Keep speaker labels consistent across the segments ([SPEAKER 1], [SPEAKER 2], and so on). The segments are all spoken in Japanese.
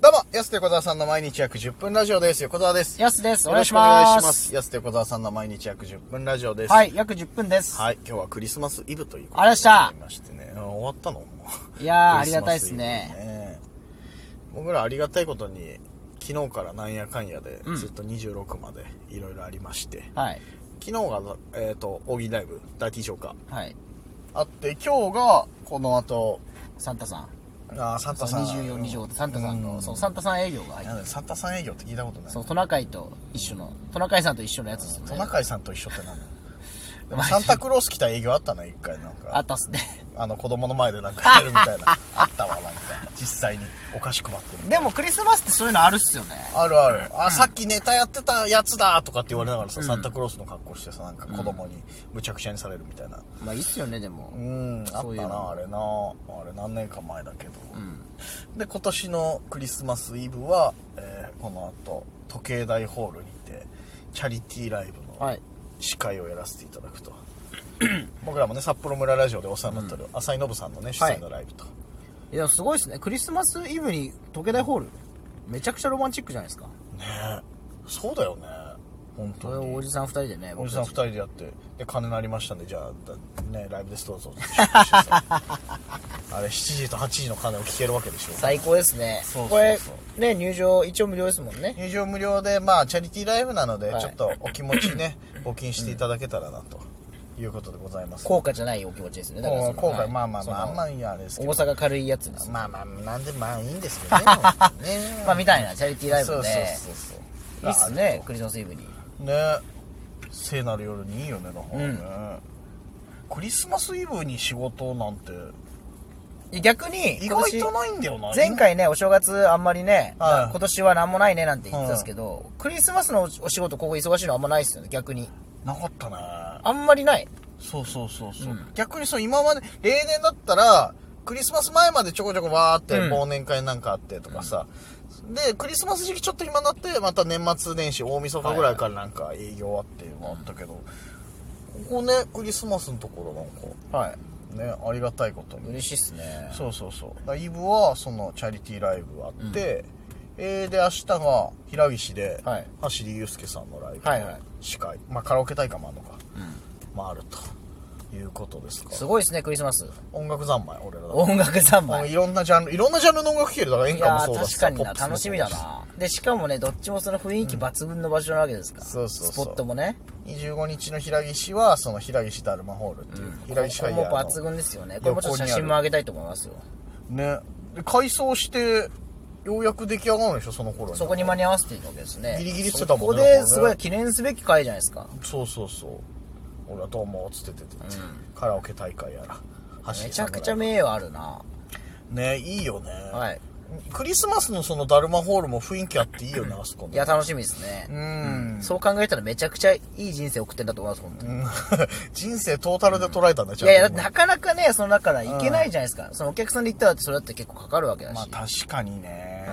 [SPEAKER 1] どうも、安手小沢さんの毎日約10分ラジオです。横澤です。
[SPEAKER 2] やすです。お願いし
[SPEAKER 1] よろくお願
[SPEAKER 2] ま。
[SPEAKER 1] いしますす。安手小沢さんの毎日約10分ラジオです。。
[SPEAKER 2] はいい、約10分です。
[SPEAKER 1] はい、今日はクリスマスイブということ
[SPEAKER 2] ありがとうございました
[SPEAKER 1] になりましてね。うん終わったのもう
[SPEAKER 2] いやー
[SPEAKER 1] クリスマスイブ
[SPEAKER 2] ありがたいっすね
[SPEAKER 1] ね僕らありがたいことに、昨日からなんやかんやで、ずっと26までいろいろありまして、
[SPEAKER 2] はい。
[SPEAKER 1] 昨日が、えっ、と、オギライブ、大ーショーか、
[SPEAKER 2] はい。
[SPEAKER 1] あって、今日が、この後、
[SPEAKER 2] サンタさん。
[SPEAKER 1] あーサンタさん。
[SPEAKER 2] 24、25ってサンタさん
[SPEAKER 1] う
[SPEAKER 2] の、そう、サンタさん営業が入って
[SPEAKER 1] なんだサンタさん営業って聞いたことない。
[SPEAKER 2] そう、トナカイと一緒の、トナカイさんと一緒のやつですよ
[SPEAKER 1] ト
[SPEAKER 2] ね
[SPEAKER 1] ナ。カイさんと一緒って なんだよでもサンタクロース来た営業あったな一回なんか
[SPEAKER 2] あったっすね。
[SPEAKER 1] あの子供の前でなんかやるみたい なあったわなんか実際にお菓子配ってる
[SPEAKER 2] でもクリスマスってそういうのあるっすよね。
[SPEAKER 1] あるある、あさっきネタやってたやつだとかって言われながらさ、サンタクロースの格好してさなんか子供にむちゃくちゃにされるみたいな
[SPEAKER 2] まあいいっすよね、で
[SPEAKER 1] う
[SPEAKER 2] も。
[SPEAKER 1] んあったな
[SPEAKER 2] そういうの
[SPEAKER 1] あれなあれ何年か前だけど、で今年のクリスマスイブは、えーこの後時計台ホールにてチャリティーライブの、
[SPEAKER 2] はい。
[SPEAKER 1] 司会をやらせていただくと 僕らもね札幌村ラジオでお世話になってる浅井信さんのね主催のライブと、
[SPEAKER 2] いや、すごいっすね。クリスマスイブに時計台ホール。めちゃくちゃロマンチックじゃないですか。
[SPEAKER 1] ねえそうだよね本
[SPEAKER 2] それ
[SPEAKER 1] 当
[SPEAKER 2] を
[SPEAKER 1] に
[SPEAKER 2] おじさん二人でね、
[SPEAKER 1] お
[SPEAKER 2] 僕
[SPEAKER 1] じさん
[SPEAKER 2] た
[SPEAKER 1] 2
[SPEAKER 2] ち
[SPEAKER 1] 人でやってで金なりましたんでじゃあだねライブですどう ぞあれ7時と8時の鐘を聞けるわけでしょ
[SPEAKER 2] 最高ですね
[SPEAKER 1] そう。
[SPEAKER 2] こ
[SPEAKER 1] そう
[SPEAKER 2] れ
[SPEAKER 1] そう、
[SPEAKER 2] ね、入場一応無料ですもんね。
[SPEAKER 1] 入場無料でまあチャリティーライブなので、
[SPEAKER 2] はい
[SPEAKER 1] ちょっとお気持ち ね募金していただけたらなということでございます
[SPEAKER 2] 効果じゃないお気持ちですね。だからそ
[SPEAKER 1] もう今
[SPEAKER 2] のは
[SPEAKER 1] 回
[SPEAKER 2] い
[SPEAKER 1] まあまあまあ
[SPEAKER 2] そ
[SPEAKER 1] あ
[SPEAKER 2] の
[SPEAKER 1] んまりあれですけど
[SPEAKER 2] 重さが軽いやつですね
[SPEAKER 1] まあまあなんでまあいいんですけ どねね
[SPEAKER 2] まあみたいなチャリティーライ
[SPEAKER 1] そう
[SPEAKER 2] ブ
[SPEAKER 1] そ
[SPEAKER 2] で
[SPEAKER 1] うそうそう
[SPEAKER 2] いいっすねクリスマスイブに
[SPEAKER 1] ね聖なる夜にいいよねだからね、クリスマスイブに仕事なんて
[SPEAKER 2] 逆に
[SPEAKER 1] 意外と
[SPEAKER 2] 今
[SPEAKER 1] ないんだよな
[SPEAKER 2] 年前回ねお正月あんまりね、
[SPEAKER 1] はい
[SPEAKER 2] 今年は何もないねなんて言ってたんですけど、クリスマスのお仕事ここ忙しいのあんまないっすよね逆に
[SPEAKER 1] なかったね
[SPEAKER 2] あんまりない
[SPEAKER 1] そうそうそうそう、
[SPEAKER 2] うん
[SPEAKER 1] 逆にそう今まで例年だったらクリスマス前までちょこちょこわーって
[SPEAKER 2] うん
[SPEAKER 1] 忘年会なんかあってとかさ、でクリスマス時期ちょっと暇になってまた年末年始大晦日ぐらいからなんか営業あっていうのあったけど、ここねクリスマスのところなんか
[SPEAKER 2] は
[SPEAKER 1] ねありがたいことに
[SPEAKER 2] 嬉しいっすね
[SPEAKER 1] そうそうそうだからイブはそのチャリティーライブあって、えーで明日が平岸で
[SPEAKER 2] はい
[SPEAKER 1] 走り祐介さんのライブ
[SPEAKER 2] はいはい
[SPEAKER 1] 司会、まあ、カラオケ大会もあるのか、まああるということですか
[SPEAKER 2] すごいっすねクリスマス
[SPEAKER 1] 音楽三昧俺らだ
[SPEAKER 2] 音楽三
[SPEAKER 1] もう
[SPEAKER 2] 昧
[SPEAKER 1] いろんなジャンルいろんなジャンルの音楽聴けるだから演
[SPEAKER 2] い
[SPEAKER 1] 歌も
[SPEAKER 2] や
[SPEAKER 1] そうだ
[SPEAKER 2] ー
[SPEAKER 1] し
[SPEAKER 2] 確かにな
[SPEAKER 1] ポップ
[SPEAKER 2] 楽
[SPEAKER 1] ス
[SPEAKER 2] し
[SPEAKER 1] も
[SPEAKER 2] みだなでしかもねどっちもその雰囲気抜群の場所なわけですから、
[SPEAKER 1] そうそうそう
[SPEAKER 2] スポットもね
[SPEAKER 1] 25日の平岸はその平岸ダルマホールっていう、平岸
[SPEAKER 2] こ
[SPEAKER 1] ハ
[SPEAKER 2] こ
[SPEAKER 1] イヤ
[SPEAKER 2] も
[SPEAKER 1] ー
[SPEAKER 2] 抜
[SPEAKER 1] の
[SPEAKER 2] 群ですよねこれもちょっと写真も上げたいと思いますよ
[SPEAKER 1] ねで改装してようやく出来上がるんでしょその頃に
[SPEAKER 2] そこに間に合わせているわけですね。
[SPEAKER 1] ギリギリしてたもんねなん
[SPEAKER 2] そこ
[SPEAKER 1] か
[SPEAKER 2] で
[SPEAKER 1] ね
[SPEAKER 2] すごい記念すべき回じゃないですか。
[SPEAKER 1] そうそうそう俺はどうもっつって出てて、カラオケ大会やら走
[SPEAKER 2] め
[SPEAKER 1] り
[SPEAKER 2] ちゃくちゃ
[SPEAKER 1] 侍
[SPEAKER 2] 名誉あるな。
[SPEAKER 1] ねいいよね、
[SPEAKER 2] はい。
[SPEAKER 1] クリスマスのそのダルマホールも雰囲気あっていいよねあそこ
[SPEAKER 2] い
[SPEAKER 1] ね
[SPEAKER 2] や、楽しみですね。
[SPEAKER 1] うん
[SPEAKER 2] そう考えたらめちゃくちゃいい人生送ってんだと思います、本当に。
[SPEAKER 1] 人生トータルで捉えたんだ
[SPEAKER 2] い
[SPEAKER 1] じゃ
[SPEAKER 2] やい
[SPEAKER 1] あ
[SPEAKER 2] や、だってなかなかね、その中から行けないじゃないですか。そのお客さんで行ったらだってそれだって結構かかるわけだし。
[SPEAKER 1] まあ確かにね、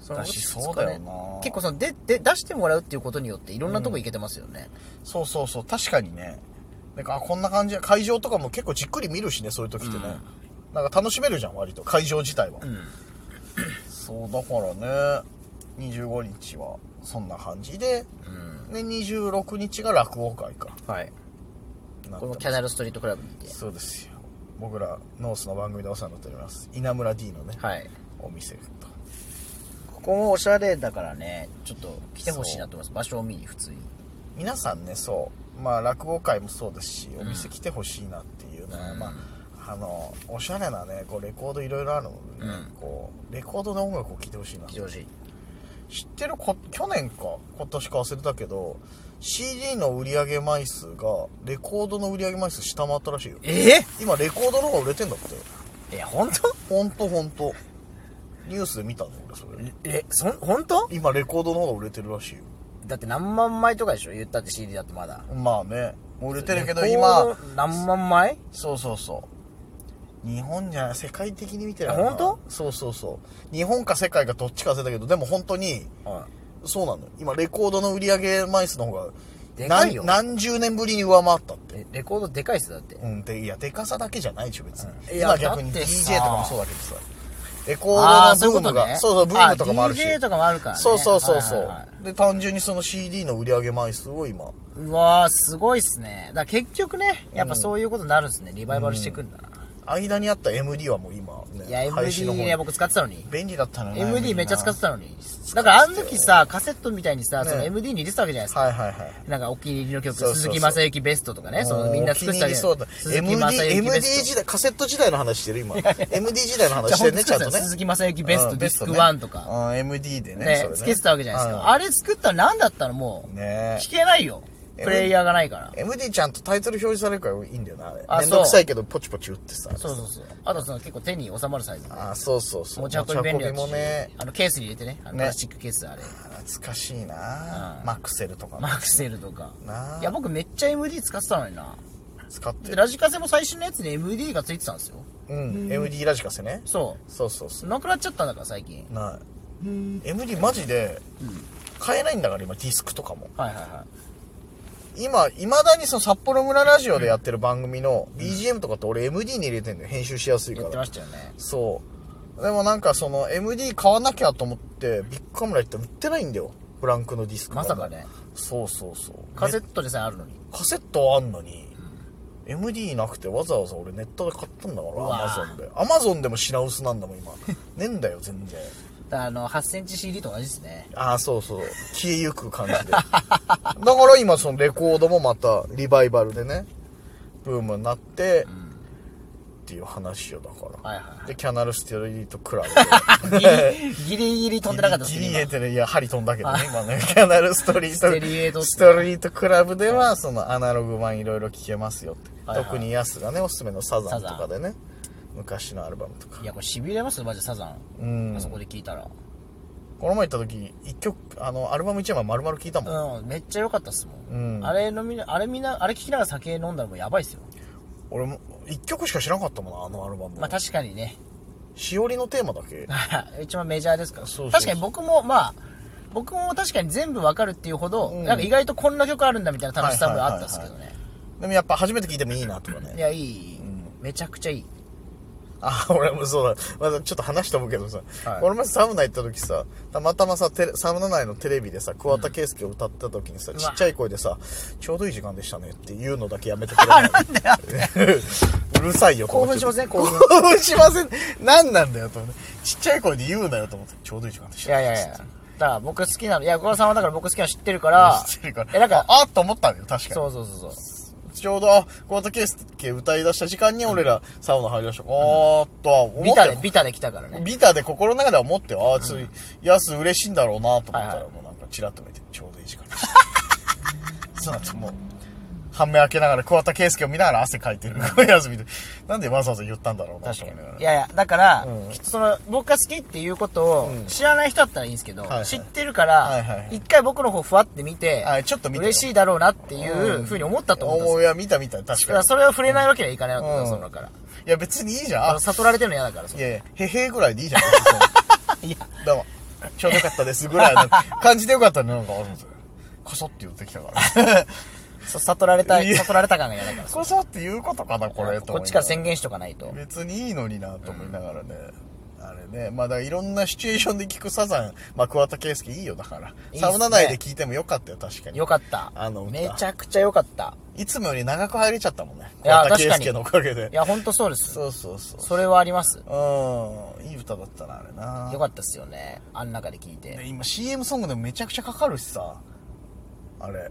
[SPEAKER 2] その
[SPEAKER 1] だしそうだよな
[SPEAKER 2] 結構その、で、で、出してもらうっていうことによっていろんなとこ行けてますよね。
[SPEAKER 1] そうそうそう確かにねなんかあこんな感じ会場とかも結構じっくり見るしねそういう時ってね、なんか楽しめるじゃん割と会場自体は、そうだからね25日はそんな感じで、で26日が落語会か
[SPEAKER 2] はい。
[SPEAKER 1] なって
[SPEAKER 2] この
[SPEAKER 1] ま
[SPEAKER 2] キャナルストリートクラブにいて。
[SPEAKER 1] すそうですよ僕らノースの番組でお世話になっております稲村 D のね、
[SPEAKER 2] はい。
[SPEAKER 1] お店と
[SPEAKER 2] ここもおしゃれだからね、ちょっと来てほしいなと思います。場所を見に、普通に。
[SPEAKER 1] 皆さんねそうまあ落語会もそうですしお店来てほしいなっていうのは、まああのおしゃれなねこうレコードいろいろあるので、ねこうレコードの音楽を聴いてほしいな
[SPEAKER 2] 来てほしい。
[SPEAKER 1] 知ってるこ去年か今年か忘れたけど CD の売り上げ枚数がレコードの売り上げ枚数下回ったらしいよ
[SPEAKER 2] ええ
[SPEAKER 1] 今レコードの方が売れてんだって
[SPEAKER 2] え、本当
[SPEAKER 1] ほんとほんとニュースで見たの俺それ
[SPEAKER 2] え、そん、本当
[SPEAKER 1] 今レコードの方が売れてるらしいよ
[SPEAKER 2] だって何万枚とかでしょ言ったって CD だってまだ。
[SPEAKER 1] まあねもう売れてるけど
[SPEAKER 2] レコ
[SPEAKER 1] 今
[SPEAKER 2] ード何万枚
[SPEAKER 1] そうそうそう日本じゃない世界的に見てる
[SPEAKER 2] あ本当
[SPEAKER 1] そうそうそう日本か世界かどっちか忘れたけどでも本当に
[SPEAKER 2] は
[SPEAKER 1] そうなのよ今レコードの売り上げ枚数の方が
[SPEAKER 2] でかいよ
[SPEAKER 1] 何何十年ぶりに上回ったって
[SPEAKER 2] い。えレコードでかいっすよだって
[SPEAKER 1] う。んでいやでかさだけじゃないでしょ別に、
[SPEAKER 2] うんいや
[SPEAKER 1] 今逆に
[SPEAKER 2] だってさ
[SPEAKER 1] DJ とかもそうだけどさエコー
[SPEAKER 2] ー
[SPEAKER 1] のブームが、そうそう、ブームとかもあるし。
[SPEAKER 2] DJ とかもあるからね。
[SPEAKER 1] そうそうそうそう、
[SPEAKER 2] はいはいはい
[SPEAKER 1] で、単純にその CD の売り上げ枚数を今。
[SPEAKER 2] うわー、すごいっすね。だから結局ね、やっぱそういうことになるんですね。リバイバルしていくんだな。
[SPEAKER 1] 間にあった MD はもう今、ね、
[SPEAKER 2] いや、
[SPEAKER 1] 配信
[SPEAKER 2] MD
[SPEAKER 1] の方に
[SPEAKER 2] ね、僕使ってたのに。
[SPEAKER 1] 便利だったのね。
[SPEAKER 2] MD めっちゃ使って
[SPEAKER 1] た。
[SPEAKER 2] たのに。だからあの時さ、カセットみたいにさ、
[SPEAKER 1] ね
[SPEAKER 2] その MD に入れてたわけじゃないですか。
[SPEAKER 1] はいはいはい。
[SPEAKER 2] なんかお気に入りの曲、
[SPEAKER 1] そうそうそう
[SPEAKER 2] 鈴木正幸ベストとかね、そのみんな作ってた
[SPEAKER 1] お気に入り
[SPEAKER 2] け
[SPEAKER 1] そう
[SPEAKER 2] ど
[SPEAKER 1] だ。
[SPEAKER 2] 鈴
[SPEAKER 1] MD,
[SPEAKER 2] 木正幸
[SPEAKER 1] MD
[SPEAKER 2] ベス
[SPEAKER 1] 時代、カセット時代の話して る今。MD 時代の
[SPEAKER 2] ト。
[SPEAKER 1] 話してるね、ちゃん
[SPEAKER 2] ほ
[SPEAKER 1] とね。
[SPEAKER 2] んと作ってた鈴木正幸ベス
[SPEAKER 1] う
[SPEAKER 2] ト、
[SPEAKER 1] ん
[SPEAKER 2] ディスク
[SPEAKER 1] ベ
[SPEAKER 2] 1とか。
[SPEAKER 1] うん MD でね。
[SPEAKER 2] ね
[SPEAKER 1] それ、ね
[SPEAKER 2] つけてたわけじゃないですか。
[SPEAKER 1] は
[SPEAKER 2] あれ作ったの何だったのもう。
[SPEAKER 1] ね
[SPEAKER 2] 聞けないよ。プレイヤーがないから。
[SPEAKER 1] MD ちゃんとタイトル表示されるからいいんだよな、あれ。
[SPEAKER 2] あ
[SPEAKER 1] めんどくさいけど、ポチポチ打ってさ。
[SPEAKER 2] そうそうそう。あとその結構手に収まるサイズ。
[SPEAKER 1] あ、そうそうそう。
[SPEAKER 2] 持ち運び便利だ
[SPEAKER 1] 持ち運びも
[SPEAKER 2] し
[SPEAKER 1] ね、、
[SPEAKER 2] あのケースに入れてね、あの
[SPEAKER 1] ね
[SPEAKER 2] プラスチックケースあれ。
[SPEAKER 1] 懐かしいな
[SPEAKER 2] うん
[SPEAKER 1] マクセルとか
[SPEAKER 2] マ
[SPEAKER 1] ね
[SPEAKER 2] クセルとか。
[SPEAKER 1] ない
[SPEAKER 2] や、僕めっちゃ MD 使ってたのにな。
[SPEAKER 1] 使って
[SPEAKER 2] で、
[SPEAKER 1] る。
[SPEAKER 2] ラジカセも最新のやつに MD がついてたんですよ。
[SPEAKER 1] うん。MD ラジカセね。
[SPEAKER 2] そ。
[SPEAKER 1] そうそうそう
[SPEAKER 2] なくなっちゃったんだから最近。
[SPEAKER 1] う。ない。MD マジで、買えないんだから今、ディスクとかも。
[SPEAKER 2] はいはいは
[SPEAKER 1] 今、いまだにその札幌村ラジオでやってる番組の BGM とかって俺 MD に入れてんだよ。編集しやすい
[SPEAKER 2] い。
[SPEAKER 1] か
[SPEAKER 2] やって
[SPEAKER 1] ら
[SPEAKER 2] ま。したよね。
[SPEAKER 1] そう。でもなんかその MD 買わなきゃと思って、ビッグカメラ行って売ってないんだよ。ブランクのディスクが
[SPEAKER 2] まさかね。
[SPEAKER 1] そうそうそう。
[SPEAKER 2] カセ
[SPEAKER 1] ね
[SPEAKER 2] ットでさえあるのに。
[SPEAKER 1] カセットあんのに、MD なくてわざわざ俺ネットで買ったんだから、
[SPEAKER 2] わ
[SPEAKER 1] Amazon で。Amazon でも品薄なんだもん今。 ねえんだよ、全然。
[SPEAKER 2] だからあの、8センチ CD と同じですね。
[SPEAKER 1] ああ、そうそう。消えゆく感じで。 だから今そのレコードもまたリバイバルでね、ブームになって、っていう話よ、だから。
[SPEAKER 2] はいは
[SPEAKER 1] で、キャナルステリートクラブ。
[SPEAKER 2] いはい。ギリギリギリ飛んでなかったです
[SPEAKER 1] ギリ言え
[SPEAKER 2] ね今。
[SPEAKER 1] てる。いや、針飛んだけどね、今ね。キャナルストリート、
[SPEAKER 2] ステリエイドって
[SPEAKER 1] ストリートクラブでは、そのアナログ版いろいろ聴けますよって。
[SPEAKER 2] はいはい
[SPEAKER 1] 特にヤスがね、おすすめのサザンと
[SPEAKER 2] サザン
[SPEAKER 1] かでね。昔のアルバムとか
[SPEAKER 2] い。や、これ痺れますよ、マジでサザ
[SPEAKER 1] う
[SPEAKER 2] ン。
[SPEAKER 1] ん
[SPEAKER 2] あ。そこで聞いたら。
[SPEAKER 1] この前行った時、一曲、あの、アルバム1枚丸々聴いたもん。
[SPEAKER 2] うん、めっちゃ良かったっすもん。
[SPEAKER 1] うん
[SPEAKER 2] あれ飲みな、あれみんな、あれ聞きながら酒飲んだらもうやばいっすよ。
[SPEAKER 1] 俺も、一曲しか知らなかったもんな、あのアルバム。
[SPEAKER 2] まあ確かにね、
[SPEAKER 1] しおりのテーマだけ。
[SPEAKER 2] 一番メジャーですから。
[SPEAKER 1] そうそうそう
[SPEAKER 2] 確かに僕も、まあ、僕も確かに全部わかるっていうほど、
[SPEAKER 1] うん
[SPEAKER 2] なんか意外とこんな曲あるんだみたいな楽しさもあったっすけどね。
[SPEAKER 1] でもやっぱ初めて聴いてもいいなとかね
[SPEAKER 2] い。や、いい、めちゃくちゃいい。
[SPEAKER 1] あ、俺もそうだ。まだちょっと話して思うけどさ、
[SPEAKER 2] はい
[SPEAKER 1] 俺もサウナ行った時さ、たまたまさ、テレサウナ内のテレビでさ、桑田佳祐を歌った時にさ、
[SPEAKER 2] わ
[SPEAKER 1] ちっちゃい声でさ、ちょうどいい時間でしたねっていうのだけやめてくれない。 うるさいよ、
[SPEAKER 2] 興奮しま
[SPEAKER 1] ん。
[SPEAKER 2] せん、興
[SPEAKER 1] 興
[SPEAKER 2] 奮。
[SPEAKER 1] 奮しません。何なんだよ、と思って。ちっちゃい声で言うなよ、と思って。ちょうどいい時間でし
[SPEAKER 2] い
[SPEAKER 1] たね。
[SPEAKER 2] やいやいや。だから僕好きなの、いや、小川さんはだから僕好きなの知ってるから、
[SPEAKER 1] 知ってるから
[SPEAKER 2] え、なんか、
[SPEAKER 1] ああっと思ったんだよ、確か
[SPEAKER 2] そ
[SPEAKER 1] に。
[SPEAKER 2] うそうそうそう。
[SPEAKER 1] ちょうど、あ、桑田佳祐歌い出した時間に俺らサウナ入りました。あーっとは思
[SPEAKER 2] ビ
[SPEAKER 1] った
[SPEAKER 2] タ
[SPEAKER 1] よ
[SPEAKER 2] で、。ビタで来たからね。
[SPEAKER 1] ビタで心の中では思ってよ、ああ、つい、やす嬉しいんだろうなと思った
[SPEAKER 2] はい
[SPEAKER 1] ら、
[SPEAKER 2] はい
[SPEAKER 1] もうなんかチラッと見て、ちょうどいい時間でした。そうなんですもう、半目開けながら桑田佳祐を見ながら汗かいてる。やす見て、なんでわざわざ言ったんだろうな
[SPEAKER 2] 確
[SPEAKER 1] と
[SPEAKER 2] か
[SPEAKER 1] 思い
[SPEAKER 2] に
[SPEAKER 1] ながら。
[SPEAKER 2] いやいや、だから、
[SPEAKER 1] うん
[SPEAKER 2] きっとその、僕が好きっていうことを
[SPEAKER 1] うん
[SPEAKER 2] 知らない人だったらいいんですけど、
[SPEAKER 1] いはい
[SPEAKER 2] 知ってるから、
[SPEAKER 1] はいはいはい
[SPEAKER 2] 一回僕の方ふわって見て、
[SPEAKER 1] はいちょっと見てよ
[SPEAKER 2] 嬉しいだろうなってい
[SPEAKER 1] うん
[SPEAKER 2] うふうに思ったと思ったんです
[SPEAKER 1] お
[SPEAKER 2] よ
[SPEAKER 1] ーいや、見た見た、確
[SPEAKER 2] だか
[SPEAKER 1] からに。
[SPEAKER 2] それを触れないわけにはいかないわけだ、
[SPEAKER 1] うん
[SPEAKER 2] そのだから。
[SPEAKER 1] いや、別にいいじゃん。
[SPEAKER 2] あ
[SPEAKER 1] あ
[SPEAKER 2] の、悟られてるの嫌だから、そ
[SPEAKER 1] い
[SPEAKER 2] れ
[SPEAKER 1] やいや、へへーぐらいでいいじゃん。別に
[SPEAKER 2] いや、
[SPEAKER 1] どうも、ちょうどよかったですぐらいの感じでよかったのになんかあるんですよ。こそって言ってきた から。
[SPEAKER 2] そう悟られた、
[SPEAKER 1] いや
[SPEAKER 2] 悟られた感が嫌だから。
[SPEAKER 1] こそっていうことかな、これ、と
[SPEAKER 2] こ
[SPEAKER 1] 思いなが
[SPEAKER 2] っちから宣言しとかないと。
[SPEAKER 1] 別にいいのになと思いながらね、あれねまあだからいろんなシチュエーションで聞くサザン、まあ、桑田佳祐いいよだから
[SPEAKER 2] いっすね
[SPEAKER 1] サウナ内で聞いてもよかったよ確かに
[SPEAKER 2] よかった。
[SPEAKER 1] あの歌
[SPEAKER 2] めちゃくちゃよかった。
[SPEAKER 1] いつもより長く入れちゃったもんね
[SPEAKER 2] いや
[SPEAKER 1] 桑田佳
[SPEAKER 2] 確か
[SPEAKER 1] 祐
[SPEAKER 2] に
[SPEAKER 1] のおかげで
[SPEAKER 2] いや、ほんとそうです。
[SPEAKER 1] そうそうそう
[SPEAKER 2] それはありま
[SPEAKER 1] う
[SPEAKER 2] す。
[SPEAKER 1] んいい歌だったなあれな
[SPEAKER 2] よかったっすよね。あん中で聞いて。
[SPEAKER 1] で今 CM ソングでもめちゃくちゃかかるしさあれ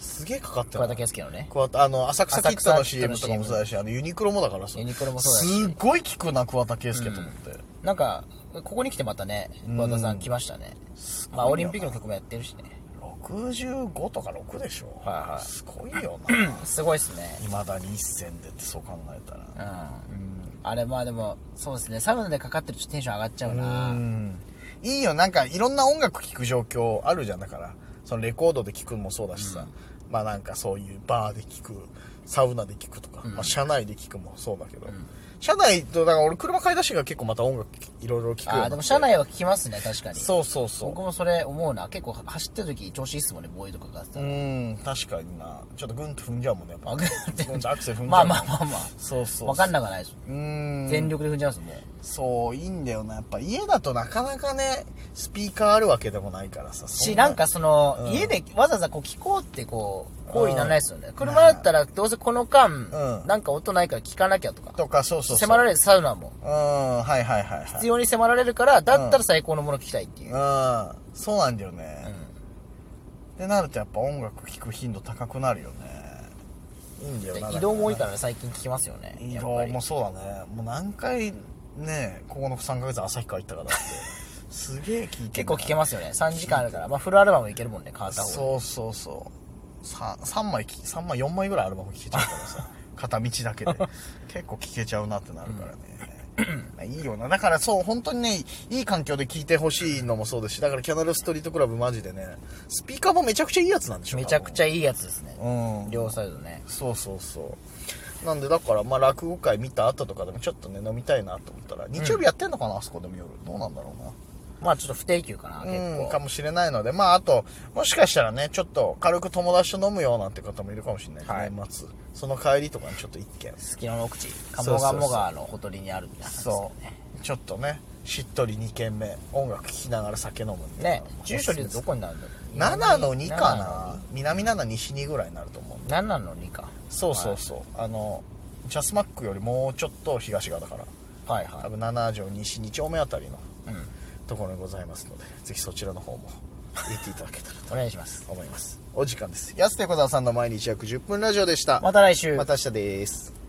[SPEAKER 1] すげえかかって
[SPEAKER 2] 桑
[SPEAKER 1] る
[SPEAKER 2] 田佳祐のね。
[SPEAKER 1] 桑田あの浅草キッドの
[SPEAKER 2] 浅草キッ
[SPEAKER 1] CM
[SPEAKER 2] ドの
[SPEAKER 1] とかもそうだしあのユニクロもだからさ
[SPEAKER 2] ユニクロもそうだし
[SPEAKER 1] すっごい聞くな桑田佳祐と思って、
[SPEAKER 2] なんか、ここに来てまたね、桑田さん来ましたね。まあ、オリンピックの曲もやってるしね。
[SPEAKER 1] 65とか6でしょ、
[SPEAKER 2] はいはい
[SPEAKER 1] すごいよ な
[SPEAKER 2] すごいっすね。
[SPEAKER 1] いまだに一戦でってそう考えた
[SPEAKER 2] う
[SPEAKER 1] ら
[SPEAKER 2] ん。あれ、まあでも、そうですね。サウナでかかってるとテンション上がっちゃうな。
[SPEAKER 1] いいよなんかいろんな音楽聴く状況あるじゃんだからそのレコードで聴くのもそうだしさ、まあなんかそういうバーで聴くサウナで聴くとか、まあ、車内で聴くもそうだけど、車内と、だから俺車買い出してから結構また音楽いろいろ聞くようになっ
[SPEAKER 2] あ
[SPEAKER 1] て
[SPEAKER 2] あ、でも車内は聞きますね、確かに。
[SPEAKER 1] そうそうそう
[SPEAKER 2] 僕。もそれ思うな。結構走ってる時調子いいっすもんね、ボーイとかがさ。
[SPEAKER 1] うーん、確かにな。ちょっとグンと踏んじゃうもんね、やっぱ。
[SPEAKER 2] あグンって
[SPEAKER 1] グンとアクセル踏んじゃう。
[SPEAKER 2] まあまあまあまあ。
[SPEAKER 1] そうそうそう。
[SPEAKER 2] わかんなくはないです。
[SPEAKER 1] うーん。
[SPEAKER 2] 全力で踏んじゃうんですもん。
[SPEAKER 1] そう、いいんだよな。やっぱ家だとなかなかね、スピーカーあるわけでもないからさ。そ
[SPEAKER 2] し、なんか、その、
[SPEAKER 1] うん
[SPEAKER 2] 家でわざわざこう聞こうってこう、行為にならないですよね。車
[SPEAKER 1] な
[SPEAKER 2] だ
[SPEAKER 1] い
[SPEAKER 2] ったらどうせこの間、
[SPEAKER 1] うん
[SPEAKER 2] なんか音ないから聞かなきゃとか、
[SPEAKER 1] とか、そうそうそう。
[SPEAKER 2] 迫ら
[SPEAKER 1] れ
[SPEAKER 2] れるサウナも、
[SPEAKER 1] うん、はいはいはい、はい。
[SPEAKER 2] 必要に迫られるから、だったら最高のもの聞きたいっていう。
[SPEAKER 1] うん、そうなんだよね。ってなるとやっぱ音楽聴く頻度高くなるよね。いいんだよな。
[SPEAKER 2] で移動も多いかららね、最近聞きますよね。
[SPEAKER 1] ね。移
[SPEAKER 2] やっ
[SPEAKER 1] 動
[SPEAKER 2] ぱり
[SPEAKER 1] もそうだね。もう何回ね、ここの3ヶ月旭川行ったから って。すげえ聴いて
[SPEAKER 2] 結構聞け
[SPEAKER 1] ま
[SPEAKER 2] ますよね。3時間あるから。まあ、フルアルバムいけるもんね、買った方が。
[SPEAKER 1] そうそうそう。3, 三枚き、三枚、4枚ぐらいアルバム聴けちゃうから さ。片道だけで。結構聴けちゃうなってなるからね。 まあいいよな。だからそう、本当にね、いい環境で聴いてほしいのもそうですし、だからキャナルストリートクラブマジでね、スピーカーもめちゃくちゃいいやつなんでしょ
[SPEAKER 2] めちゃくち
[SPEAKER 1] ゃ。
[SPEAKER 2] ゃいいやつですね。
[SPEAKER 1] うん。
[SPEAKER 2] 両サイドね。
[SPEAKER 1] そうそうそうなんでだからまあ落語会見た後とかでもちょっとね飲みたいなと思ったら日曜日やってんのかな、あそこでも夜どうなんだろうな
[SPEAKER 2] まあ、ちょっと不定休かな、結
[SPEAKER 1] うんか
[SPEAKER 2] 構。
[SPEAKER 1] もしれないのでまああともしかしたらねちょっと軽く友達と飲むよなんて方もいるかもしれない、
[SPEAKER 2] はい
[SPEAKER 1] 年末その帰りとかにちょっと一軒
[SPEAKER 2] 月の奥地、
[SPEAKER 1] そうそう
[SPEAKER 2] 鴨
[SPEAKER 1] そう
[SPEAKER 2] 鴨川のほとりにあるみたいな感じですよ
[SPEAKER 1] そ
[SPEAKER 2] ね。
[SPEAKER 1] うちょっとねしっとり2軒目音楽聴きながら酒飲むみたい
[SPEAKER 2] ね
[SPEAKER 1] な、
[SPEAKER 2] 住所で言うとどこになるんだろう
[SPEAKER 1] 7の2かな南7西2ぐらいになると思うんで
[SPEAKER 2] 7の2か
[SPEAKER 1] そうそうそう、あのジャスマックよりもうちょっと東側だから
[SPEAKER 2] はい
[SPEAKER 1] 多
[SPEAKER 2] は
[SPEAKER 1] 分7条西2丁目あたりの
[SPEAKER 2] い、うん、
[SPEAKER 1] ところにございますのでぜひそちらの方も行っていただけたら
[SPEAKER 2] お願いします
[SPEAKER 1] と思いますお時間です安手小沢さんの毎日約10分ラジオでした
[SPEAKER 2] また来週
[SPEAKER 1] また明日です